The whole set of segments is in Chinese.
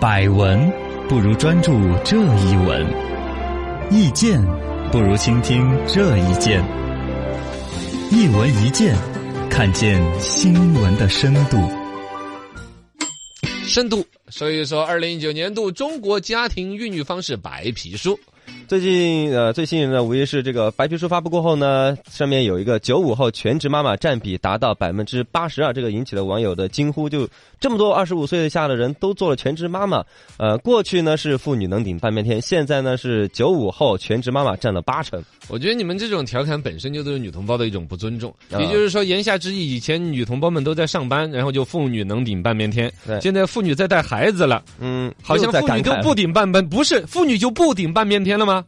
百闻不如专注这一闻，意见不如倾听这一见。一闻一见，看见新闻的深度。深度。所以说，二零一九年度中国家庭孕育方式白皮书，最近呃最吸引人的无疑是这个白皮书发布过后呢，上面有一个九五后全职妈妈占比达到百分之八十二，这个引起了网友的惊呼，就这么多二十五岁以下的人都做了全职妈妈。呃，过去呢是妇女能顶半边天，现在呢是九五后全职妈妈占了八成。我觉得你们这种调侃本身就对女同胞的一种不尊重。啊也就是说，言下之意，以前女同胞们都在上班，然后就妇女能顶半边天，对现在妇女在带孩子了，嗯，好像又在妇女感都慨了不顶半边，不是妇女就不顶半边天了 吗？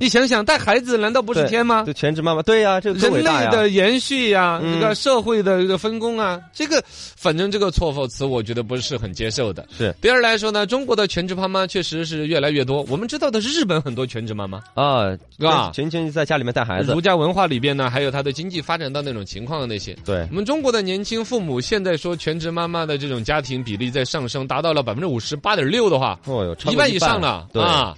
你想想，带孩子难道不是对天吗？就全职妈妈，对呀、这个啊人更伟类大呀。的延续呀、嗯这个社会的这个分工啊，这个反正这个错否词，我觉得不是很接受的。是第二来说呢，中国的全职妈妈确实是越来越多。我们知道的是日本很多全职妈妈，啊，是吧？全全在家里面带孩子儒，家文化里边呢，还有它的经济发展到那种情况的那些。对我，们中国的年轻父母现在说全职妈妈的这种家庭比例在上升，达到了百分之五十八点六的话，哦哟，超过一半以上了对，啊。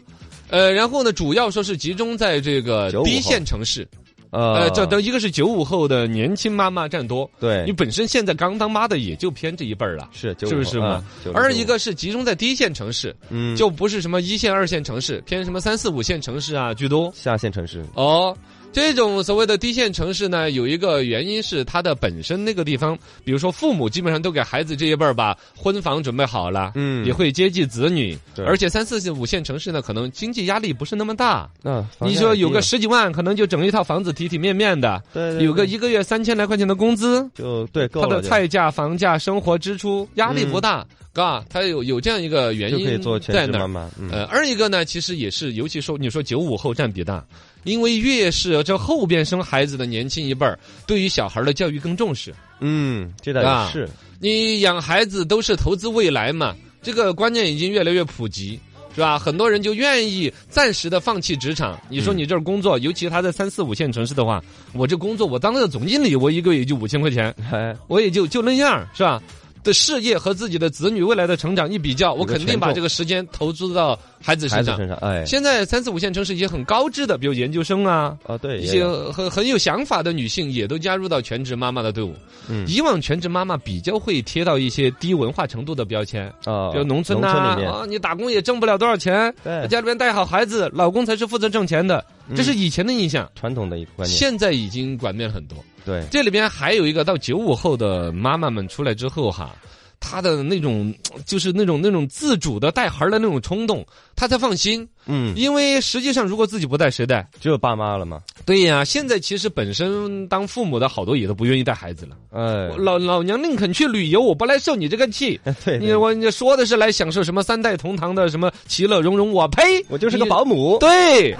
呃，然后呢，主要说是集中在这个95一线城市，呃呃，这等一个是九五后的年轻妈妈占多，对你，本身现在刚当妈的也就偏这一辈儿了，是是不是嘛？ 95而一个是集中在第一线城市，嗯，就不是什么一线、二线城市，偏什么三四五线城市啊居多。下线城市，哦，这种所谓的低线城市呢，有一个原因是它的本身那个地方，比如说父母基本上都给孩子这一辈儿把婚房准备好了，嗯也会接济子女，对而且三四线、五线城市呢，可能经济压力不是那么大，那你说有啊个十几万，可能就整一套房子体体面面的，对对有个对一个月三千来块钱的工资，就对够他了的就嗯菜价、房价、生活支出压力不大，嘎，他有有这样一个原就因可以做在全职那妈儿。妈，嗯，呃，二一个呢，其实也是，尤其说你说九五后占比大，因为越是这后边生孩子的年轻一辈儿，对于小孩的教育更重视。嗯，这倒啊也是，你养孩子都是投资未来嘛，这个观念已经越来越普及。是吧？很多人就愿意暂时的放弃职场。你嗯说你这儿工作，尤其他在三四五线城市的话，我这工作我当个总经理，我一个月也就五千块钱，哎，我也就就那样儿，是吧？的事业和自己的子女未来的成长一比较，我肯定把这个时间投资到孩子孩身子上。身上，哎，现在三四五线城市一些很高知的，比如研究生啊，啊，对，一也些有很很有想法的女性也都加入到全职妈妈的队伍。嗯以往全职妈妈比较会贴到一些低文化程度的标签，啊，比如农村呐、农村里面，啊，你打工也挣不了多少钱，对，家里边带好孩子，老公才是负责挣钱的，这是嗯以前的印象。传统的一个观念，现在已经管面很多。对，这里边还有一个到九五后的妈妈们出来之后哈，她的那种就是那种那种自主的带孩儿的那种冲动，她才放心。嗯，因为实际上如果自己不带谁带？只有爸妈了嘛，对呀、现在其实本身当父母的好多也都不愿意带孩子了。哎我，老老娘宁肯去旅游，我不来受你这个气。对，你对我你说的是来享受什么三代同堂的什么其乐融融，我呸！我就是个你保姆， 对，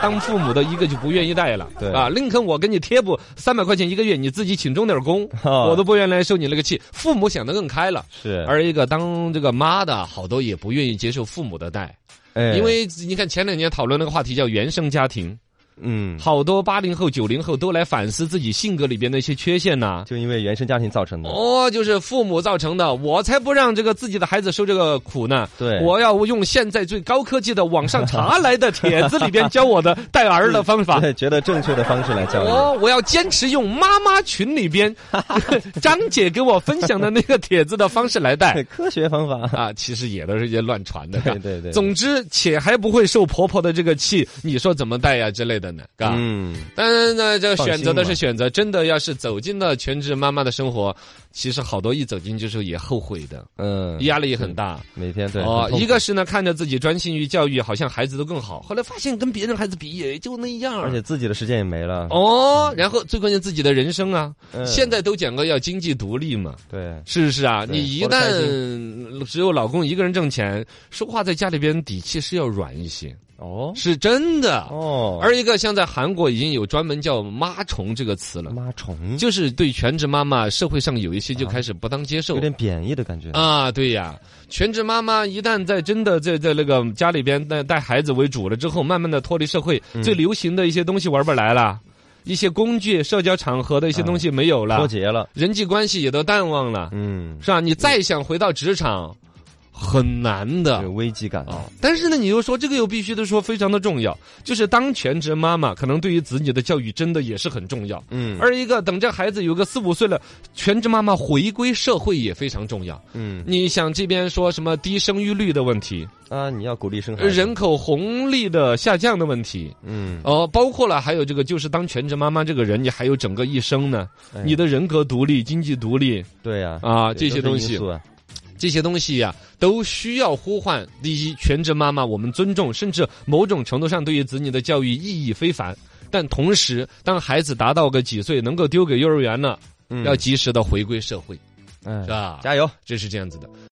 当父母的一个就不愿意带了。对啊，林肯，我给你贴补三百块钱一个月，你自己请钟点工，啊我都不愿意来受你那个气。父母想得更开了。是，而一个当这个妈的，好多也不愿意接受父母的带，哎因为你看前两年讨论那个话题叫原生家庭，嗯，好多八零后、九零后都来反思自己性格里边的一些缺陷呐、就因为原生家庭造成的，哦，就是父母造成的，我才不让这个自己的孩子受这个苦呢。对我要用现在最高科技的网上查来的帖子里边教我的带儿的方法。 对，觉得正确的方式来教育，哦，我要坚持用妈妈群里边 张姐给我分享的那个帖子的方式来带 对，科学方 法，啊，其实也都是一些乱传的。是吧对对对，总之，且还不会受婆婆的这个气，你说怎么带呀之类的呢？嘎、嗯，当然呢，这放选择心的嘛是选择，真的要是走进了全职妈妈的生活，其实好多一走进去之后也后悔的，嗯，压力也很大。每天对哦很，痛一苦个是呢，看着自己专心于教育，好像孩子都更好，后来发现跟别人孩子比也就那样。而且自己的时间也没了。哦，然后最关键自己的人生啊，嗯现在都讲过要经济独立嘛。对，是不是啊？对你一活得旦开只有老公一个人挣钱，说话在家里边底气是要软一些，哦是真的。哦，而一个像在韩国已经有专门叫“妈虫”这个词了。妈虫就是对全职妈妈，社会上有一些就开始不当接受有。点贬义的感觉。啊，对呀，全职妈妈一旦在真的在在那个家里边带带孩子为主了之后，慢慢的脱离社会，嗯最流行的一些东西玩不来了，一些工具、社交场合的一些东西没有了，脱节了，人际关系也都淡忘了，嗯，是吧？你再想回到职场，很难的有。危机感啊、但是呢，你又说这个又必须得说非常的重要，就是当全职妈妈可能对于子女的教育真的也是很重要。嗯二一个，等这孩子有个四五岁了，全职妈妈回归社会也非常重要。嗯你想这边说什么低生育率的问题，啊，你要鼓励生孩子，人口红利的下降的问题，嗯，哦、包括了还有这个，就是当全职妈妈这个人，你还有整个一生呢，哎你的人格独立、经济独立对呀，啊，对这些东西，都是因素啊这些东西呀、都需要呼唤。第一，全职妈妈，我们尊重，甚至某种程度上对于子女的教育意义非凡。但同时，当孩子达到个几岁，能够丢给幼儿园了，嗯要及时的回归社会，哎是吧？加油。这是这样子的。